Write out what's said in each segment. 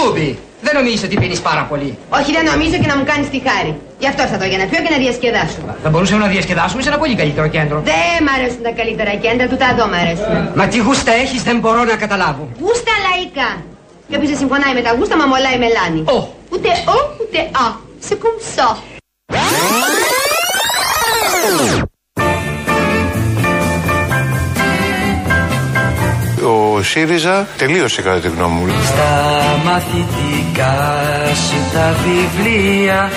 Τούμπι, δεν νομίζω ότι πίνεις πάρα πολύ. Όχι, δεν νομίζω και να μου κάνεις τη χάρη. Γι' αυτό θα το για να πιω και να διασκεδάσω. Θα μπορούσαμε να διασκεδάσουμε σε ένα πολύ καλύτερο κέντρο. Δεν μ' αρέσουν τα καλύτερα κέντρα, του τα εδώ μ' αρέσουν. Μα τι γούστα έχεις, δεν μπορώ να καταλάβω. Γούστα λαϊκά. Και όποιο δεν συμφωνάει με τα γούστα, μα μολάει μελάνι. Ω. Ούτε ο, ούτε α. Σε κομψό. Ο ΣΥΡΙΖΑ τελείωσε κατά τη γνώμη μου. Στα μαθητικά σου τα βιβλία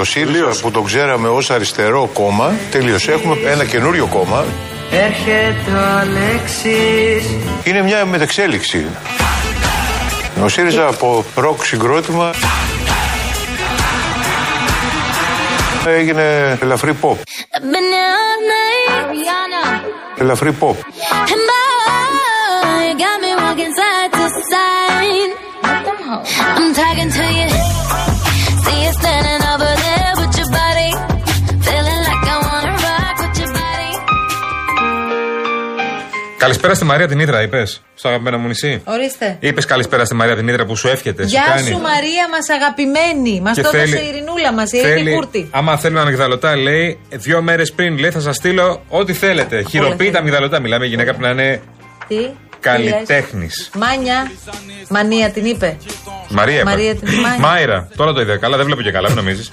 Ο ΣΥΡΙΖΑ που τον ξέραμε ως αριστερό κόμμα τελείωσε. Έχουμε ένα καινούριο κόμμα. έρχεται ο Αλέξης Είναι μια μετεξέλιξη. Ο ΣΥΡΙΖΑ από ροκ συγκρότημα έγινε ελαφρύ pop. Banana, Rihanna, Ελαφρύ pop. and my you got me walking side to side. I'm talking to you, see you standing over there with your body, feeling like I wanna rock with your body. Καλησπέρα στη Μαρία από την Ήτρα, είπες. Στο αγαπημένο μου νησί. Ορίστε. Είπες καλησπέρα στη Μαρία από την Ήτρα που σου εύχεται. σου Γεια Ε, κάνει. σου Μαρία, μας αγαπημένη. Μας Και το έδωσε θέλει- η Ειρηνούλα μας, η Ειρηνή Κούρτη. Άμα θέλουν αμυγδαλωτά, λέει, δύο μέρες πριν λέει, θα σας στείλω ό,τι θέλετε. θέλει. Χειροποίητα αμυγδαλωτά. Μιλάμε για γυναίκα που να είναι Τι. καλλιτέχνης. τι λες. Μάνια. Μανία την είπε. Μαρία, Μαρία είπα. την Μάιρα. Μάιρα. Τώρα το είδα. Καλά, δεν βλέπω και καλά, μην νομίζεις.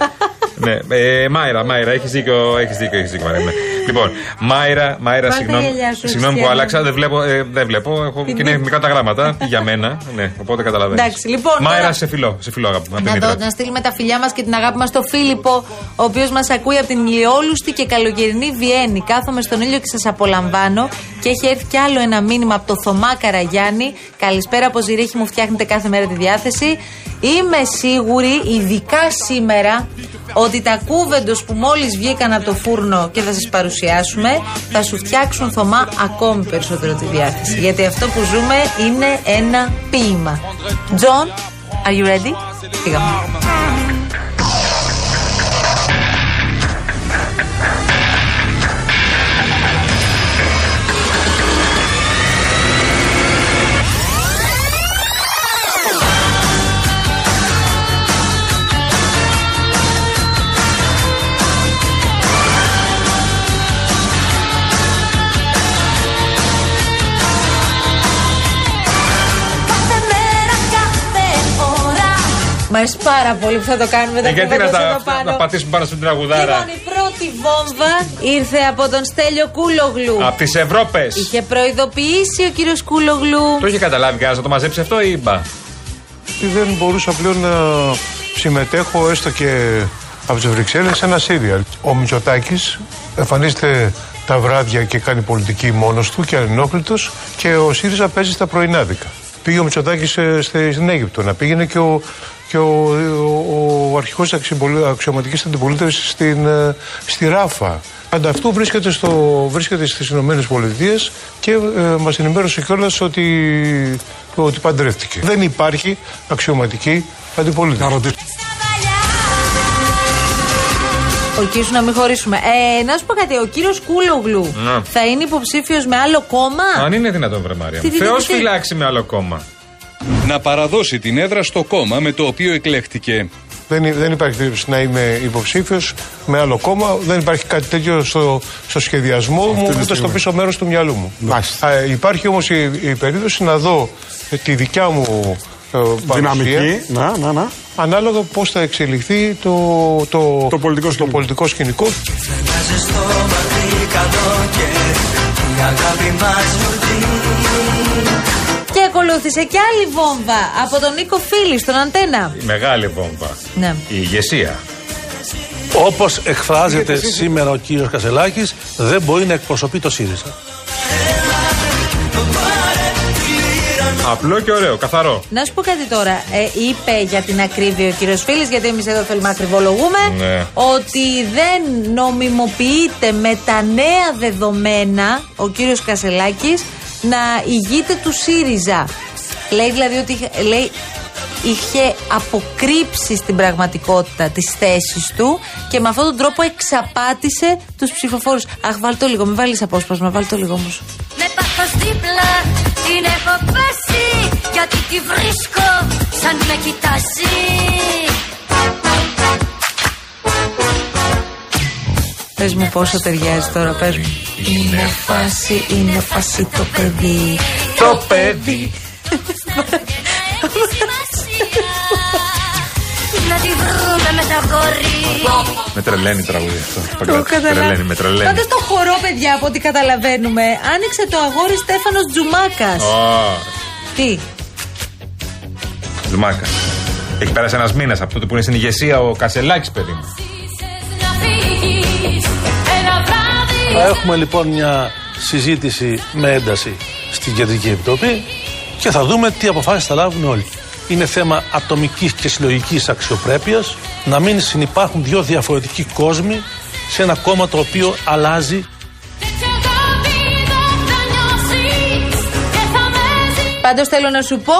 ναι, ε, Μάιρα, Μάιρα, έχεις δίκιο, έχεις δίκιο, έχεις δίκιο Μαρία. μου. Λοιπόν, Μάιρα, Μάιρα, Πάρ' τα συγγνώμη, γυαλιά σου, συγγνώμη που Χριστιανέ. άλλαξα. Δεν βλέπω, ε, δεν βλέπω. Έχω και είναι μικρά τα γράμματα για μένα. Ναι, οπότε καταλαβαίνω. Εντάξει, λοιπόν, Μάιρα, τώρα- σε φιλό, σε φιλό αγάπη. μου, απ' την Να, το, Ήτρα. να στείλουμε τα φιλιά μας και την αγάπη μας στο Φίλιππο, ο οποίος μας ακούει από την ηλιόλουστη και καλοκαιρινή Βιέννη. Κάθομαι στον ήλιο και σας απολαμβάνω. Και έχει έρθει κι άλλο ένα μήνυμα από το Θωμά Καραγιάννη. Καλησπέρα από Ζηρίχη, μου φτιάχνετε κάθε μέρα τη διάθεση. Είμαι σίγουρη, ειδικά σήμερα, ότι τα κούβεντος που μόλις βγήκαν από το φούρνο και θα σας παρουσιάσουμε θα σου φτιάξουν Θωμά ακόμη περισσότερο τη διάθεση. Γιατί αυτό που ζούμε είναι ένα ποίημα. John, are you ready? Φύγαμε. Κάθε μέρα, κάθε ώρα, Μ' αρέσει πάρα πολύ που θα το κάνουμε. Ε, Δεν γιατί να κουβεντώσω τα εδώ πάνω. να πατήσουμε πάνω στην τραγουδάρα. Λοιπόν, η πρώτη βόμβα ήρθε από τον Στέλιο Κούλογλου. Από τις Ευρώπε. λοιπόν. Είχε προειδοποιήσει ο κύριος Κούλογλου. Το είχε καταλάβει κανένας να το μαζέψει αυτό ή μπα. Ότι δεν μπορούσα πλέον να συμμετέχω έστω και από τις Βρυξέλλες σε ένα σύριαλ. Ο Μητσοτάκης εμφανίζεται τα βράδια και κάνει πολιτική μόνος του και ανενόχλητος και ο ΣΥΡΙΖΑ παίζει στα πρωινάδικα. Πήγε ο Μητσοτάκης ε, στη- στην Αίγυπτο να πήγαινε και ο, και ο, ο, ο αρχηγός της αξιμπολι- αξιωματικής αντιπολίτευσης στην, ε, στη Ράφα. Ανταυτού βρίσκεται, στο, βρίσκεται στις Ηνωμένες Πολιτείες και ε, μας ενημέρωσε κιόλας ότι, ότι παντρεύτηκε. Δεν υπάρχει αξιωματική αντιπολίτευση. Ορκίσου να μην χωρίσουμε. Ε, να σου πω κάτι, ο κύριος Κούλογλου Ναι. θα είναι υποψήφιος με άλλο κόμμα. Αν είναι δυνατόν, βρε Μαρία. Τι, τι, τι, Θεός τι. φυλάξει με άλλο κόμμα. Να παραδώσει την έδρα στο κόμμα με το οποίο εκλέχτηκε. Δεν, υ- δεν υπάρχει περίπτωση να είμαι υποψήφιος με άλλο κόμμα. Δεν υπάρχει κάτι τέτοιο στο, στο σχεδιασμό μου, ούτε στο πίσω μέρος του μυαλού μου. Α, υπάρχει όμως η, η περίπτωση να δω ε, τη δικιά μου ε, παρουσία, Δυναμική. Να, να, να. ανάλογα πώς θα εξελιχθεί το, το, Το πολιτικό σκηνικό. πολιτικό σκηνικό. Βγάζει στο μακρύ καλό και η αγάπη μας γιορτή Και ακολούθησε κι άλλη βόμβα από τον Νίκο Φίλη στον Αντένα. Η μεγάλη βόμβα. Ναι. Η ηγεσία. Όπως εκφράζεται σήμερα ο κύριος Κασελάκης, δεν μπορεί να εκπροσωπεί το ΣΥΡΙΖΑ. Απλό και ωραίο, καθαρό. Να σου πω κάτι τώρα. Ε, είπε για την ακρίβεια ο κύριος Φίλης, γιατί εμείς εδώ θέλουμε να ακριβολογούμε, Ναι. ότι δεν νομιμοποιείται με τα νέα δεδομένα ο κύριος Κασελάκης να ηγείται του ΣΥΡΙΖΑ. Λέει δηλαδή ότι είχε- λέει, είχε αποκρύψει στην πραγματικότητα τις θέσεις του και με αυτόν τον τρόπο εξαπάτησε τους ψηφοφόρους. Αχ, βάλ το λίγο, μην βάλεις απόσπασμα, βάλ το λίγο όμως. με πάθος δίπλα την έχω πέσει, γιατί τη βρίσκω σαν με κοιτάζει Πες μου πόσο ταιριάζει τώρα, πες μου. Είναι φάση, είναι φάση το παιδί. Το παιδί. Να τη βρούμε με τα κορί Με τρελαίνει η τραγούδια αυτό. Το Το κρατ- Τρελαίνει, με τρελαίνει. Πάντως το χορό, παιδιά, από ό,τι καταλαβαίνουμε, άνοιξε το αγόρι Στέφανος Τζουμάκας. Ω, Τι. Ζουμάκα. Έχει περάσει ένας μήνας από τότε που είναι στην ηγεσία ο Κασελάκης, παιδί μου. Να φύγεις ένα βράδυ Θα έχουμε λοιπόν μια συζήτηση με ένταση στην Κεντρική Επιτροπή και θα δούμε τι αποφάσεις θα λάβουν όλοι. Είναι θέμα ατομικής και συλλογικής αξιοπρέπειας να μην συνεπάρχουν δύο διαφορετικοί κόσμοι σε ένα κόμμα το οποίο αλλάζει. Δεν κι αγάπη δεν θα νιώσεις Και θα με ζητήσεις Πάντω θέλω να σου πω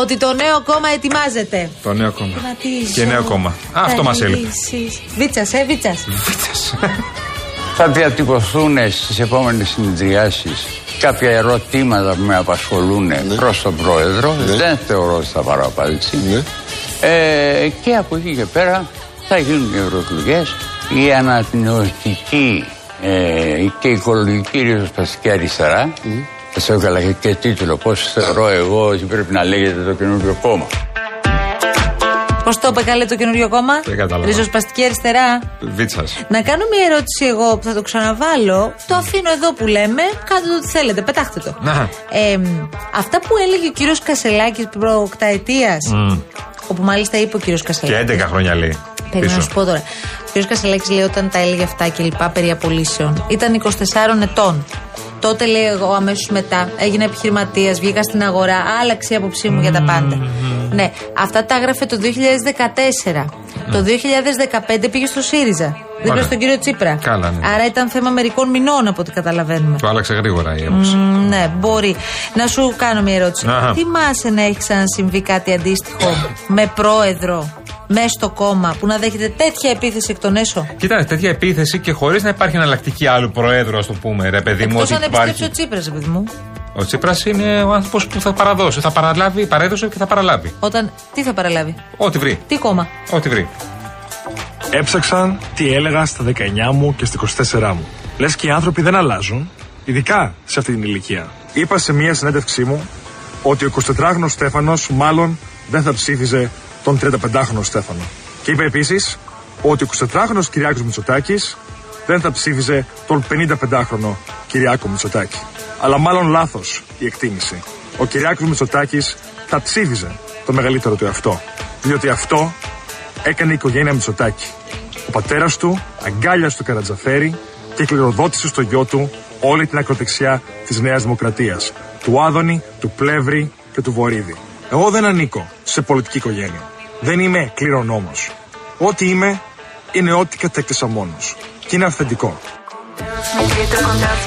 ότι το νέο κόμμα ετοιμάζεται. Το νέο κόμμα. Ματίζω. Και νέο κόμμα. Α, αυτό Θα μας έλειπε. λύσεις. Βίτσας, ε, βίτσας. Θα διατυπωθούν στις επόμενες συνεδριάσεις κάποια ερωτήματα που με απασχολούν προς τον Πρόεδρο. Δεν θεωρώ ότι θα πάρω απάντηση. Ε, και από εκεί και πέρα θα γίνουν οι ευρωεκλογές. Η αναπνοητική ε, και οικολογική ριζοσπαστική αριστερά. Και σε έβγαλα και, και τίτλο πώς θεωρώ εγώ ότι πρέπει να λέγεται το καινούριο κόμμα. Πώς το είπε καλέ το καινούριο κόμμα. Δεν κατάλαβα. Ριζοσπαστική αριστερά. Βίτσας. Να κάνω μια ερώτηση εγώ που θα το ξαναβάλω. Το αφήνω εδώ που λέμε. Κάντε το ό,τι θέλετε. Πετάχτε το. Να. Ε, αυτά που έλεγε ο κύριος Κασελάκης προοκταετίας Όπου μάλιστα είπε ο κύριος Και Κασελάκης. 11 χρόνια λέει. Περιμένω να σου πω τώρα. Ο κύριος Κασελάκης λέει όταν τα έλεγε αυτά και λοιπά περί απολύσεων. Ήταν 24 ετών. Τότε λέει εγώ αμέσως μετά έγινα επιχειρηματίας, βγήκα στην αγορά, άλλαξε η άποψή μου για τα πάντα. Ναι, αυτά τα έγραφε το 2014. Το 2015 πήγε στο ΣΥΡΙΖΑ. Δεν πήγε Ναι. Ωραία. στον κύριο Τσίπρα. Καλά, ναι. Άρα ήταν θέμα μερικών μηνών από ό,τι καταλαβαίνουμε. Το άλλαξε γρήγορα η άποψη. Μμμ, Ναι, μπορεί. Να σου κάνω μια ερώτηση. Αχα. Θυμάσαι να έχεις ξανασυμβεί κάτι αντίστοιχο με πρόεδρο μέσα στο κόμμα που να δέχεται τέτοια επίθεση εκ των έσω. Κοίτα, τέτοια επίθεση και χωρίς να υπάρχει εναλλακτική άλλου προέδρου, ας το πούμε, ρε παιδί μου. Εκτός αν ότι επιστρέψει υπάρχει. ο Τσίπρας, παιδί μου. Ο Τσίπρας είναι ο άνθρωπος που θα παραδώσει. Θα παραλάβει, παρέδωσε και θα παραλάβει. Όταν. Τι θα παραλάβει. Ό,τι βρει. Τι κόμμα. Ό,τι βρει. Έψαξαν τι έλεγα στα 19 μου και στα 24 μου. Λες και οι άνθρωποι δεν αλλάζουν, ειδικά σε αυτή την ηλικία. Είπα σε μία συνέντευξή μου ότι ο 24χρονο Στέφανος μάλλον δεν θα ψήφιζε τον 35χρονο Στέφανο. Και είπα επίσης ότι ο 24χρονο Κυριάκος Μητσοτάκης δεν θα ψήφιζε τον 55χρονο Κυριάκο Μητσοτάκη. Αλλά μάλλον λάθος η εκτίμηση. Ο Κυριάκος Μητσοτάκης θα ψήφιζε το μεγαλύτερο του εαυτό. Διότι αυτό έκανε η οικογένεια Μητσοτάκη. Ο πατέρας του αγκάλιασε το Καρατζαφέρι και κληροδότησε στο γιο του όλη την ακροδεξιά της Νέας Δημοκρατίας. Του Άδωνη, του Πλεύρη και του Βορύδη. Εγώ δεν ανήκω σε πολιτική οικογένεια. Δεν είμαι κληρονόμος. Ό,τι είμαι είναι ό,τι κατέκτησα μόνος. Και είναι αυθεντικό.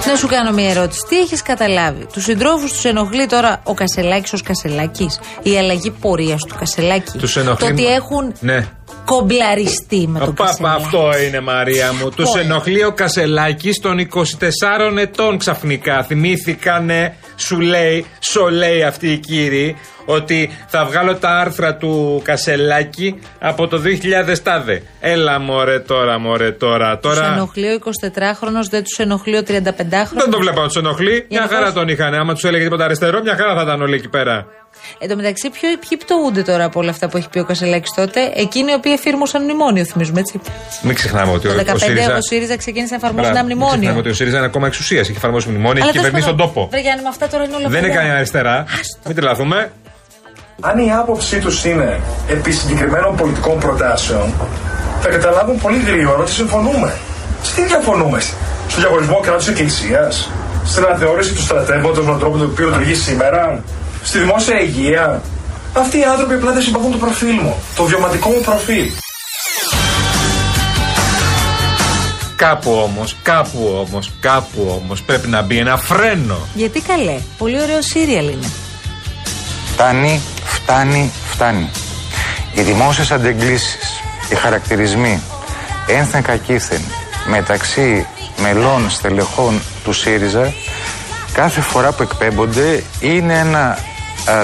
Να σου κάνω μια ερώτηση. Τι έχεις καταλάβει. Τους συντρόφους τους ενοχλεί τώρα ο Κασελάκης ως Κασελάκης. Η αλλαγή πορείας του Κασελάκη. Τους ενοχλεί- Το ότι έχουν Ναι. κομπλαριστεί με τον Πάπα, Κασελάκη. αυτό είναι Μαρία μου. Τους Λοιπόν. ενοχλεί ο Κασελάκης των 24 ετών ξαφνικά. Θυμήθηκανε, σου λέει, σου λέει αυτοί οι κύριοι, ότι θα βγάλω τα άρθρα του Κασελάκη από το 2000 τάδε. Έλα μωρέ τώρα, μωρέ τώρα. Τους τώρα... ενοχλεί ο 24χρονο, δεν τους ενοχλεί ο 35χρονο. Δεν το βλέπω να τους ενοχλεί. Μια Γενικώς. χαρά τον είχαν. Άμα τους έλεγε τίποτα αριστερό, μια χαρά θα ήταν όλοι εκεί πέρα. Εν τω μεταξύ, ποιο, ποιοι πτωούνται τώρα από όλα αυτά που έχει πει ο Κασελάκης τότε, εκείνοι οι οποίοι εφήρμοσαν μνημόνιο, θυμίζουμε έτσι. Μην ξεχνάμε ότι ο, Το 15 ο ΣΥΡΙΖΑ. ο ΣΥΡΙΖΑ ξεκίνησε να εφαρμόζει Μπράβο. ένα Μην ξεχνάμε μνημόνιο. ότι ο ΣΥΡΙΖΑ είναι ακόμα εξουσίας. Έχει εφαρμόσει μνημόνια και τέλος κυβερνεί στον πάντων, τόπο. Βρε Γιάννη, με αυτά τώρα είναι όλα Δεν είναι παλιά. κανένα αριστερά. Μην τρελαθούμε. Αν η άποψή τους είναι επί συγκεκριμένων πολιτικών προτάσεων, θα καταλάβουν πολύ γρήγορα ότι συμφωνούμε. Σε τι διαφωνούμε, στον διαχωρισμό κράτους εκκλησίας, στην αναθεώρηση του στρατεύματος με τον τρόπο τον οποίο λειτουργεί σήμερα, στη δημόσια υγεία. Αυτοί οι άνθρωποι απλά δεν συμπαθούν το προφίλ μου, το βιωματικό μου προφίλ. Κάπου όμως, κάπου όμως, κάπου όμως πρέπει να μπει ένα φρένο. Γιατί καλέ. Πολύ ωραίο σύριαλ είναι. Φτάνει, φτάνει, φτάνει. Οι δημόσιες αντεγκλήσεις, οι χαρακτηρισμοί ένθεν κακήθεν μεταξύ μελών στελεχών του ΣΥΡΙΖΑ κάθε φορά που εκπέμπονται είναι ένα α,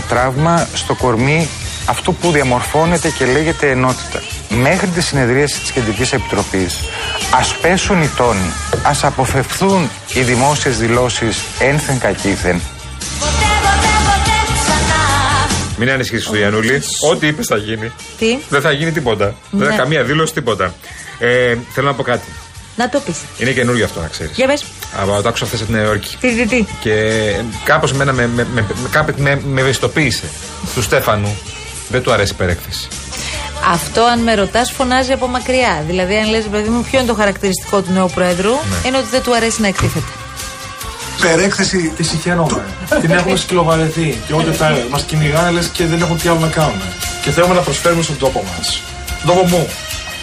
τραύμα στο κορμί αυτό που διαμορφώνεται και λέγεται ενότητα. Μέχρι τη συνεδρίαση της Κεντρικής Επιτροπής ας πέσουν οι τόνοι, ας αποφευθούν οι δημόσιες δηλώσεις ένθεν κακήθεν. Μην ανησυχείς, Χριστουγεννούλη. Ό,τι είπες θα γίνει. Τι, Δεν θα γίνει τίποτα. Ναι. Δεν θα καμία δήλωση, τίποτα. Ε, θέλω να πω κάτι. να το πεις. Είναι καινούριο αυτό να ξέρεις. Για πες. Αλλά το άκουσα χθες από τη Νέα Υόρκη. Τι, τι, τι. Και κάπως με, με, με, με, κάπως με, με ευαισθητοποίησε. Του Στέφανου δεν του αρέσει η υπερέκθεση. Αυτό, αν με ρωτάς, φωνάζει από μακριά. Δηλαδή, αν λες, παιδί μου, ποιο είναι το χαρακτηριστικό του νέου Προέδρου, Ναι. είναι ότι δεν του αρέσει να εκτίθεται. Περέκθεση. Τη συγχαίρομαι. Την έχουμε σκλοβαρεθεί και ό,τι θα Μας κυνηγάνε λες και δεν έχουν τι άλλο να κάνουν. Και θέλουμε να προσφέρουμε στον τόπο μας. Στον τόπο μου.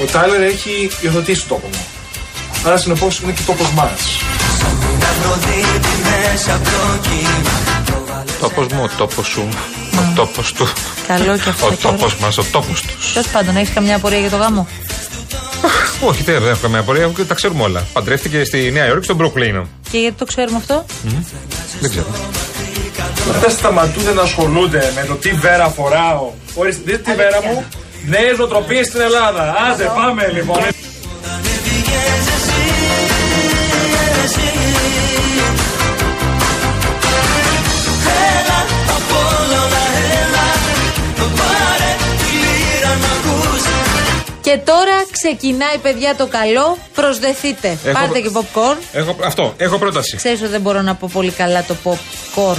Ο Τάιλερ έχει υιοθετήσει τον τόπο μου. Άρα συνεπώ είναι και τόπος μας. Τόπος μου, ο τόπος σου, ο τόπος του. Καλό και αυτό, Ο καλό. τόπος μας, ο τόπος τους. Τέλο πάντων, έχεις καμιά απορία για το γάμο. Όχι, δεν δεν έχω καμία απορία, τα ξέρουμε όλα. Παντρεύτηκε στη Νέα Υόρκη, στον Μπρουκλίνο. Και γιατί το ξέρουμε αυτό. Δεν ξέρω. Δεν σταματούνται να ασχολούνται με το τι βέρα φοράω. Ορίστε, δείτε τη βέρα μου. Νέες νοοτροπίες στην Ελλάδα. Άντε, πάμε λοιπόν. Έλα απ' όλα όλα έλα Πάρε τη λύρα να ακούς Και τώρα ξεκινάει, παιδιά, το καλό. Προσδεθείτε. Έχω- Πάρτε και popcorn. Έχω, αυτό, έχω πρόταση. Ξέρεις ότι δεν μπορώ να πω πολύ καλά το popcorn.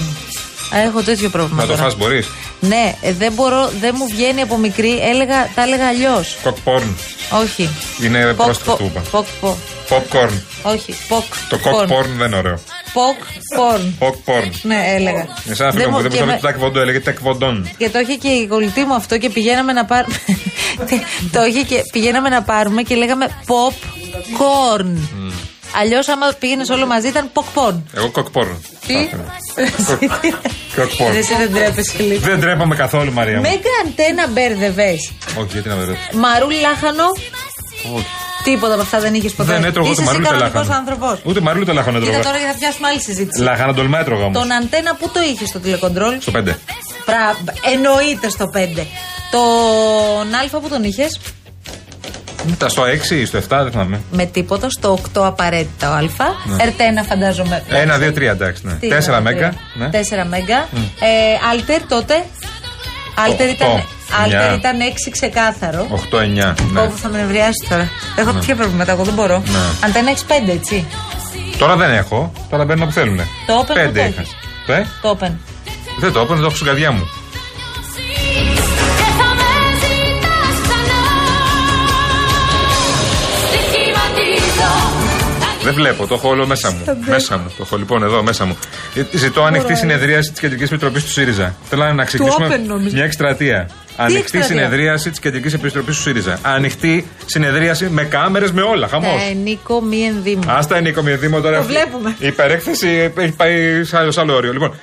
Α, Έχω τέτοιο πρόβλημα. Να το τώρα. φας μπορείς. Ναι, ε, δεν μπορώ, δεν μου βγαίνει από μικρή. Έλεγα, τα έλεγα αλλιώς. Κοκπόρν. Όχι. Είναι Ποκ, πρόστιχο πο- του είπα. ποκ, πο- Popcorn. Όχι, ποκ. Το πορν. κοκπόρν δεν είναι ωραίο. Ποκ, πορν. Popcorn. Ναι, έλεγα. Είναι σαν ένα Δεν φίλο μου μου- που δεν και μπορούσε να με- πει τακβοντό, έλεγε τεκβοντών. Και το είχε και η κολλητή μου αυτό και πηγαίναμε να πάρουμε. το είχε και πηγαίναμε να πάρουμε και λέγαμε pop corn. Αλλιώς, άμα πήγαινες όλο μαζί, ήταν pop corn. Εγώ κοκπόρν. Τι. Κοκπόρν. Εσύ δεν τρέπεσαι λίγο. Δεν τρέπαμε καθόλου, Μαρία μου. Ε, Με καντένα μπέρδευε. Όχι, γιατί να βερέψω. Μαρούλι λάχανο. Τίποτα από αυτά δεν είχες ποτέ. Δεν έτρωγα ούτε Είσαι εσύ μαρούλι ούτε κανονικό λάχανο. άνθρωπος. Ούτε μαρούλι ούτε λάχανο Κοίτα έτρωγα. τώρα γιατί θα πιάσουμε άλλη συζήτηση. Λάχανο τολμά έτρωγα όμως. Τον αντένα που το είχες στο τηλεκοντρόλ. Στο πέντε. Πρα... Εννοείται στο 5. Τον Α που τον είχες. Τα στο 6 ή στο 7, δεν θυμάμαι. Με τίποτα. Στο 8 απαραίτητα ο Α. Ναι. Ερτένα φαντάζομαι. 1, 2, 3, εντάξει. ναι. 4 μέγκα. Ε, ναι. 4 μέγκα. Μμ. Ε, Αλτέρ τότε. Αλτέρ Οκτώ. ήταν, Alter Εννιά. ήταν 6 ξεκάθαρο. 8, 9. Ναι. Όπου θα με νευριάσει τώρα. Έχω Ναι. τέτοια προβλήματα, εγώ δεν μπορώ. Ναι. Αντένα 6-5, έτσι. Τώρα δεν έχω. Τώρα μπαίνουν όπου θέλουν. Το open Πέντε το είχα. Το, ε? Το open. Δεν το open, το έχω στην καρδιά μου. Δεν βλέπω, το έχω όλο μέσα μου. Το βλέπω. Μέσα μου. Το έχω λοιπόν εδώ μέσα μου. Ε, Ζητώ ανοιχτή Ωραία. συνεδρίαση της Κεντρικής Επιτροπής του ΣΥΡΙΖΑ. Θέλω να ξεκινήσουμε Open, νομίζω. μια εκστρατεία. Ανοιχτή εκστρατεία? συνεδρίαση της Κεντρικής Επιτροπής του ΣΥΡΙΖΑ. Ανοιχτή συνεδρίαση με κάμερες, με όλα. Χαμός. Τα ενίκο μη ενδύμα. Άστα είναι η Κομιδήμο τώρα. Το αυτή. βλέπουμε. Η υπερέκθεση ε, έχει πάει σε άλλο, σε άλλο όριο. Λοιπόν,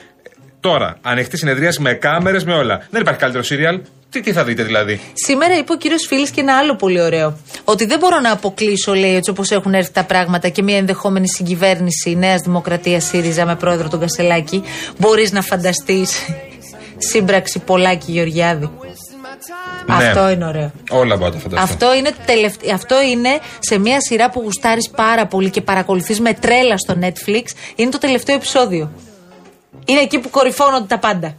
τώρα, ανοιχτή συνεδρίαση με κάμερες, με όλα. Δεν υπάρχει καλύτερο σύριαλ. Τι, τι θα δείτε δηλαδή. Σήμερα είπε ο κύριος Φίλης και ένα άλλο πολύ ωραίο. Ότι δεν μπορώ να αποκλείσω, λέει, έτσι όπως έχουν έρθει τα πράγματα και μια ενδεχόμενη συγκυβέρνηση Νέας Δημοκρατίας ΣΥΡΙΖΑ με πρόεδρο τον Κασελάκη. Μπορείς να φανταστείς σύμπραξη Πολάκη Γεωργιάδη. Ναι. Αυτό είναι ωραίο. Όλα μπορώ να τα φανταστώ. Αυτό είναι, τελευτε... Αυτό είναι σε μια σειρά που γουστάρεις πάρα πολύ και παρακολουθείς με τρέλα στο Netflix. Είναι το τελευταίο επεισόδιο. Είναι εκεί που κορυφώνονται τα πάντα.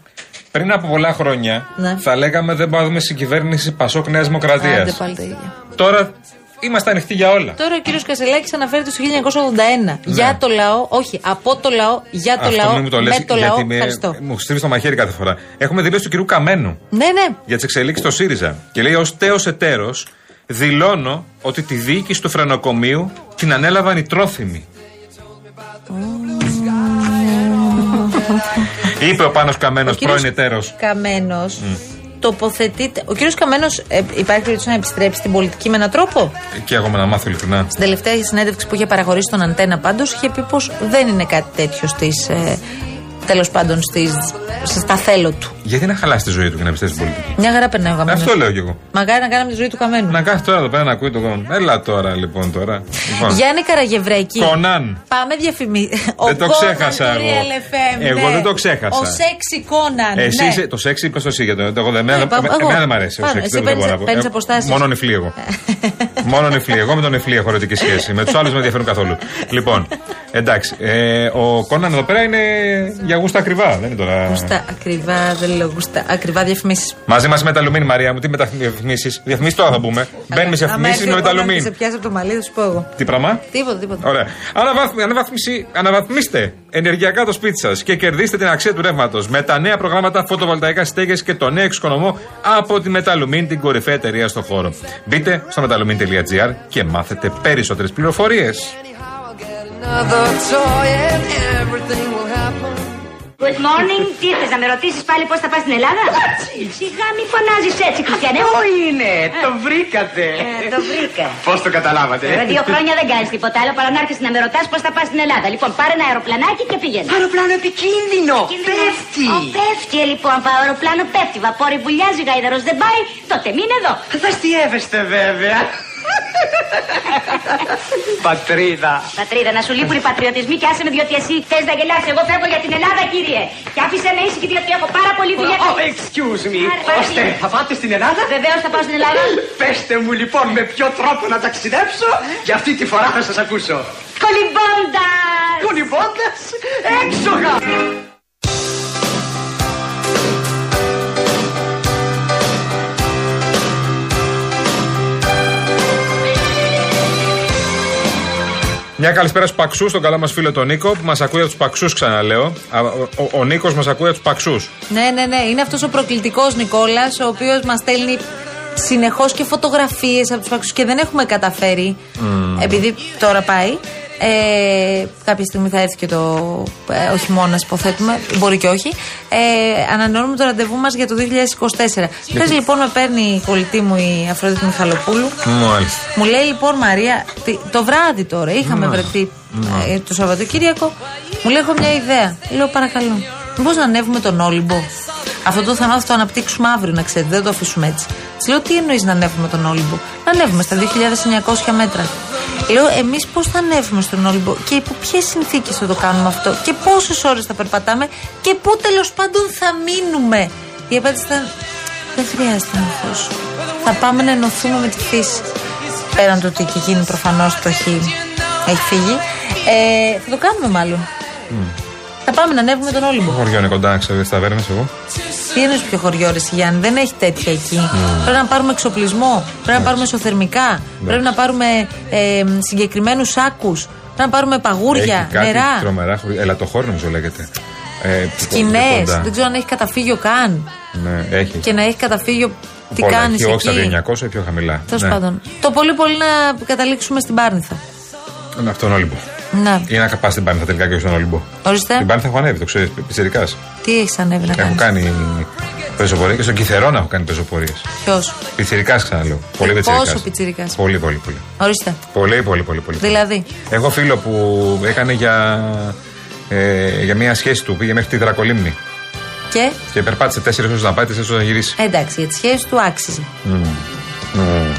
Πριν από πολλά χρόνια Ναι. θα λέγαμε δεν πάμε συγκυβέρνηση Πασόκ Νέας Άντε Δημοκρατία. πάλι τα ίδια. Τώρα είμαστε ανοιχτοί για όλα. Τώρα ο κύριος Κασελάκης αναφέρεται στο 1981. Για το λαό, όχι, από το λαό, για το Ναι. Αυτό λαό, μην μου το λες, με το γιατί λαό. με- Ευχαριστώ. μου στρίβει το μαχαίρι κάθε φορά. Έχουμε δηλώσει του κυρίου Καμένου. Ναι, ναι. για τις εξελίξεις στο ΣΥΡΙΖΑ. Και λέει: Ως τέος εταίρος, δηλώνω ότι τη διοίκηση του φρενοκομείου την ανέλαβαν οι τρόφιμοι. ναι. Είπε ο Πάνος Καμένος, Ο κύριος πρώην εταίρος. Καμένος. Μμ. Τοποθετείται. Ο κύριος Καμένος υπάρχει περίπτωση να επιστρέψει στην πολιτική με έναν τρόπο. Και εγώ με να μάθω ειλικρινά. Στην τελευταία συνέντευξη που είχε παραχωρήσει τον Αντένα, πάντως είχε πει πως δεν είναι κάτι τέτοιο στις τέλο ε, πάντων στις, στα θέλω του. Γιατί να χαλάσει τη ζωή του και να πιστεύει στην πολιτική. Μια χαρά περνάει ο γαμμένος. Αυτό λέω κι εγώ. Μακάρι να κάναμε τη ζωή του καμένου. Να κάθεται τώρα εδώ πέρα να ακούει το κόμμα. Έλα τώρα λοιπόν τώρα. Λοιπόν. Γιάννη Καραγευρέκη. Κονάν. Πάμε διαφημί. Δεν το ξέχασα εγώ. Εγώ δεν το ξέχασα. ναι. Ο σεξι Κόναν. Εσύ ναι. είσαι, το σεξ είπε εσύ για το. Εγώ δεν Ναι, εμένα, πάμε- εγώ. εμένα δεν μ' αρέσει. ο Πάμε, σεξ, δεν εσύ μπορώ παίρνεις- να πω. παίρνεις Ε, αποστάσεις. Ε. Μόνο νεφλή εγώ. Μόνο νεφλή. Εγώ με τον νεφλή έχω ερωτική σχέση. Με τους άλλους με ενδιαφέρουν καθόλου. Λοιπόν, εντάξει. ε, ο Κόναν εδώ πέρα είναι για γούστα ακριβά. Δεν είναι τώρα. Γουστά, ακριβά, δεν λέω γουστά. Ακριβά διαφημίσεις. Μαζί μας με τα Λουμίν, Μαρία μου, τι μεταφημίσει. Διαφημίσει τώρα θα πούμε. Μπαίνουμε σε διαφημίσει με τα Σε Λουμίν. πιάσει από το μαλλί, θα σου πω εγώ. Τι πράγμα. Τίποτα, τίποτα. Ωραία. Αναβάθμι- αναβαθμίση- αναβαθμίστε ενεργειακά το σπίτι σας και κερδίστε την αξία του ρεύματος με τα νέα προγράμματα φωτοβολταϊκά στέγες και το νέο εξοικονομό από τη Μεταλουμίν, την κορυφαία εταιρεία στον χώρο. Μπείτε στο metalumin.gr και μάθετε περισσότερες πληροφορίες. Another toy and everything will happen. Good morning, τι θες να με ρωτήσεις πάλι πώς θα πας στην Ελλάδα. Σιγά μη φωνάζεις έτσι, Χριστιανέ. Αυτό είναι, το βρήκατε. Ε, το βρήκα. Πώς το καταλάβατε. ε? Τώρα δύο χρόνια δεν κάνεις τίποτα άλλο παρά να έρχεσαι να με ρωτάς πώς θα πας στην Ελλάδα. Λοιπόν, πάρε ένα αεροπλανάκι και πήγαινε. Αεροπλάνο επικίνδυνο. Πέφτει. Ω, πέφτει, ε, λοιπόν, πα, αεροπλάνο πέφτει. Βαπόρι βουλιάζει, γαϊδαρός δεν πάει, τότε μην εδώ. Αστείευεστε βέβαια. Πατρίδα. Πατρίδα, να σου λείπουν οι πατριωτισμοί και άσε με διότι εσύ θες να γελάσεις. Εγώ φεύγω για την Ελλάδα, κύριε. Και άφησε με ήσυχη διότι έχω πάρα πολύ δουλειά. Oh, excuse me. Άρα, πάρε. Ωστε, θα πάτε στην Ελλάδα. Βεβαίως θα πάω στην Ελλάδα. Πεστε μου λοιπόν με ποιο τρόπο να ταξιδέψω και αυτή τη φορά θα σας ακούσω. Κολυμπώντας. Κολυμπώντας έξοχα. Μια καλησπέρα στους Παξούς, τον καλό μας φίλο τον Νίκο, που μας ακούει από τους Παξούς, ξαναλέω. Α, Ο, ο, Νίκος μας ακούει από τους Παξούς. Ναι, ναι, ναι. Είναι αυτός ο προκλητικός Νικόλας, ο οποίος μας στέλνει συνεχώς και φωτογραφίες από τους παξούς και δεν έχουμε καταφέρει. Μμμ. Επειδή τώρα πάει. Ε, κάποια στιγμή θα έρθει και το. Ε, ο χειμώνας, υποθέτουμε. Μπορεί και όχι. Ε, ανανεώνουμε το ραντεβού μας για το 2024. Χθε λοιπόν με παίρνει η κολλητή μου η Αφροδίτη Μιχαλοπούλου. Μάλιστα. Μου λέει λοιπόν Μαρία, τι- το βράδυ τώρα, είχαμε Ναι. βρεθεί Ναι. ε, το Σαββατοκύριακο, μου λέει έχω μια ιδέα. Λέω παρακαλώ, μήπως να ανέβουμε τον Όλυμπο. Αυτό το θανάτο θα το αναπτύξουμε αύριο, να ξέρετε, δεν το αφήσουμε έτσι. Της λέω, τι εννοείς να ανέβουμε τον Όλυμπο. Να ανέβουμε στα 2.900 μέτρα. Λέω, εμείς πώς θα ανέβουμε στον Όλυμπο και υπό ποιες συνθήκες θα το κάνουμε αυτό και πόσες ώρες θα περπατάμε και πού τέλος πάντων θα μείνουμε. Η απάντηση ήταν, δεν χρειάζεται να Θα πάμε να ενωθούμε με τη φύση. Πέραν του ότι και εκείνη προφανώς το έχει, έχει φύγει. Ε, θα το κάνουμε μάλλον. Mm. Θα πάμε να ανέβουμε τον Το Όλυμπο. χωριό είναι κοντά, να ξέρετε, ταβέρνε εγώ. Τι είναι πιο χωριό, ρε Γιάννη, δεν έχει τέτοια εκεί. Mm. Πρέπει να πάρουμε εξοπλισμό, πρέπει να πάρουμε ισοθερμικά, πρέπει να πάρουμε ε, συγκεκριμένου άκου, πρέπει να πάρουμε παγούρια, Έχει κάτι νερά, τρομερά χωριά. Ελατοχώρη νομίζω λέγεται. Ε, σκηνές. κοντά. Δεν ξέρω αν έχει καταφύγιο καν. Ναι, έχει. Και να έχει καταφύγιο, τι Πολλά κάνεις εκεί. Όχι στα εκεί. 900 ή πιο χαμηλά. Τέλος Ναι. πάντων. Το πολύ πολύ να καταλήξουμε στην Πάρνηθα. Ναι, Αυτό είναι Όλυμπο. Να. Ή να πα στην Πάνηθα τελικά και όχι στον Όλυμπο. Ορίστε. Την Πάνηθα έχω ανέβει, το ξέρει, πιτσερικά. Τι έχεις ανέβει να Έχω κάνεις. Ε, κάνει πεζοπορία και στον Κυθερόν έχω κάνει πεζοπορίες. Ποιος. Πιτσερικά ξαναλέω. Πολύ πιτσερικά. Πόσο πιτσυρικά. Πολύ, πολύ, πολύ. Ορίστε. Πολύ, πολύ, πολύ. πολύ. Δηλαδή. Έχω φίλο που έκανε για, ε, για μια σχέση του. Πήγε μέχρι τη Δρακολίμνη Και και περπάτησε τέσσερις ώρες να πάει, τέσσερις ώρες να γυρίσει. εντάξει, για τι σχέσει του άξιζε. Μμμ. Μμμ.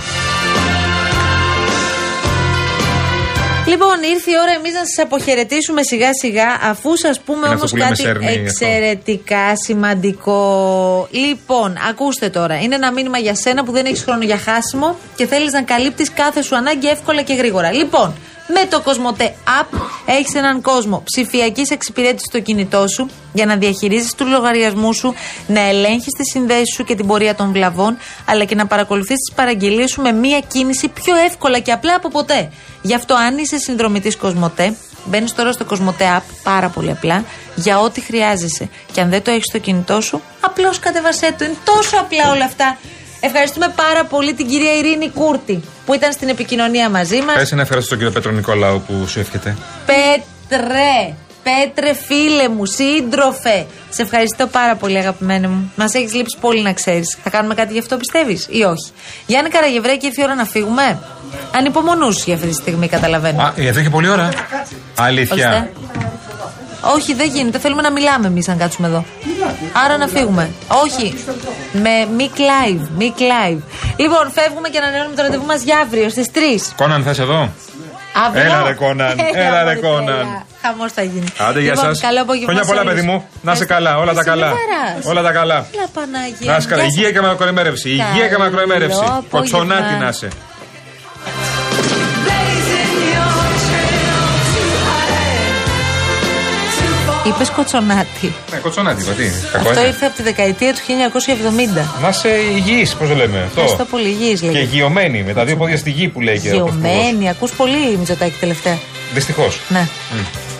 Λοιπόν, ήρθε η ώρα εμείς να σας αποχαιρετήσουμε σιγά σιγά, αφού σας πούμε Είναι όμω αυτό που λέμε κάτι σέρνη, αυτό. εξαιρετικά σημαντικό. Λοιπόν, ακούστε τώρα. Είναι ένα μήνυμα για σένα που δεν έχεις χρόνο για χάσιμο και θέλεις να καλύπτεις κάθε σου ανάγκη εύκολα και γρήγορα. Λοιπόν, με το Κοσμοτέ App έχεις έναν κόσμο ψηφιακής εξυπηρέτησης στο κινητό σου για να διαχειρίζεις τους λογαριασμούς σου, να ελέγχεις τις συνδέσεις σου και την πορεία των βλαβών, αλλά και να παρακολουθείς τις παραγγελίες σου με μία κίνηση πιο εύκολα και απλά από ποτέ. Γι' αυτό, αν είσαι συνδρομητής Κοσμοτέ, μπαίνεις τώρα στο Κοσμοτέ App πάρα πολύ απλά για ό,τι χρειάζεσαι. Και αν δεν το έχεις στο κινητό σου, απλώς κατεβασέ το. Είναι τόσο απλά όλα αυτά. Ευχαριστούμε πάρα πολύ την κυρία Ειρήνη Κούρτη που ήταν στην επικοινωνία μαζί μας. Πες να ευχαριστήσω τον κύριο Πέτρο Νικολάου που σου εύχεται. Πέτρε, Πέτρε φίλε μου, σύντροφε. Σε ευχαριστώ πάρα πολύ, αγαπημένη μου. Μας έχεις λείψει πολύ να ξέρεις. Θα κάνουμε κάτι γι' αυτό, πιστεύεις ή όχι. Γιάννη Καραγευρέκη, ήρθε η ώρα να φύγουμε. Ανυπομονούσε για αυτή τη στιγμή, καταλαβαίνω. Α, εδώ και πολλή ώρα. Αλήθεια. Ορίστε. Όχι, δεν γίνεται. Θέλουμε να μιλάμε εμείς αν κάτσουμε εδώ. Άρα να φύγουμε. Όχι. Με μικ live. Μικ live. Λοιπόν, φεύγουμε και ανανεώνουμε το ραντεβού μας για αύριο στις 3. Κόναν, θες εδώ. Αύριο. Έλα, ρε, Κόναν. Έλα, ρε, μωρή, Κόναν. τέλεια. Χαμός θα γίνει. Άντε, για λοιπόν, σας. Καλό απόγευμα. Χρόνια σε πολλά, όλους. παιδί μου. Να είσαι καλά, όλα τα Εσύ καλά. χαράς. Όλα τα καλά. Έλα, Παναγία. Να είσαι καλά. Γεια σας. Υγεία και μακροημέρευση. Υγεία και Καλό μακροημέρευση. απόγευμα. Κοτσονάτη να είσαι. Είπες κοτσονάτη. Ναι, κοτσονάτη, είπα, τι. είναι, Κακό Αυτό είναι. ήρθε από τη δεκαετία του 1970. Να είσαι υγιής, πώς το λέμε. Ευχαριστώ Αυτό. πολύ, υγιής Και λέγεται. γειωμένη, με τα δύο πόδια στη γη που λέει και ο Πρωθυπουργός. Γεωμένη, ακούς πολύ Μητσοτάκη τελευταία. Δυστυχώς. Ναι.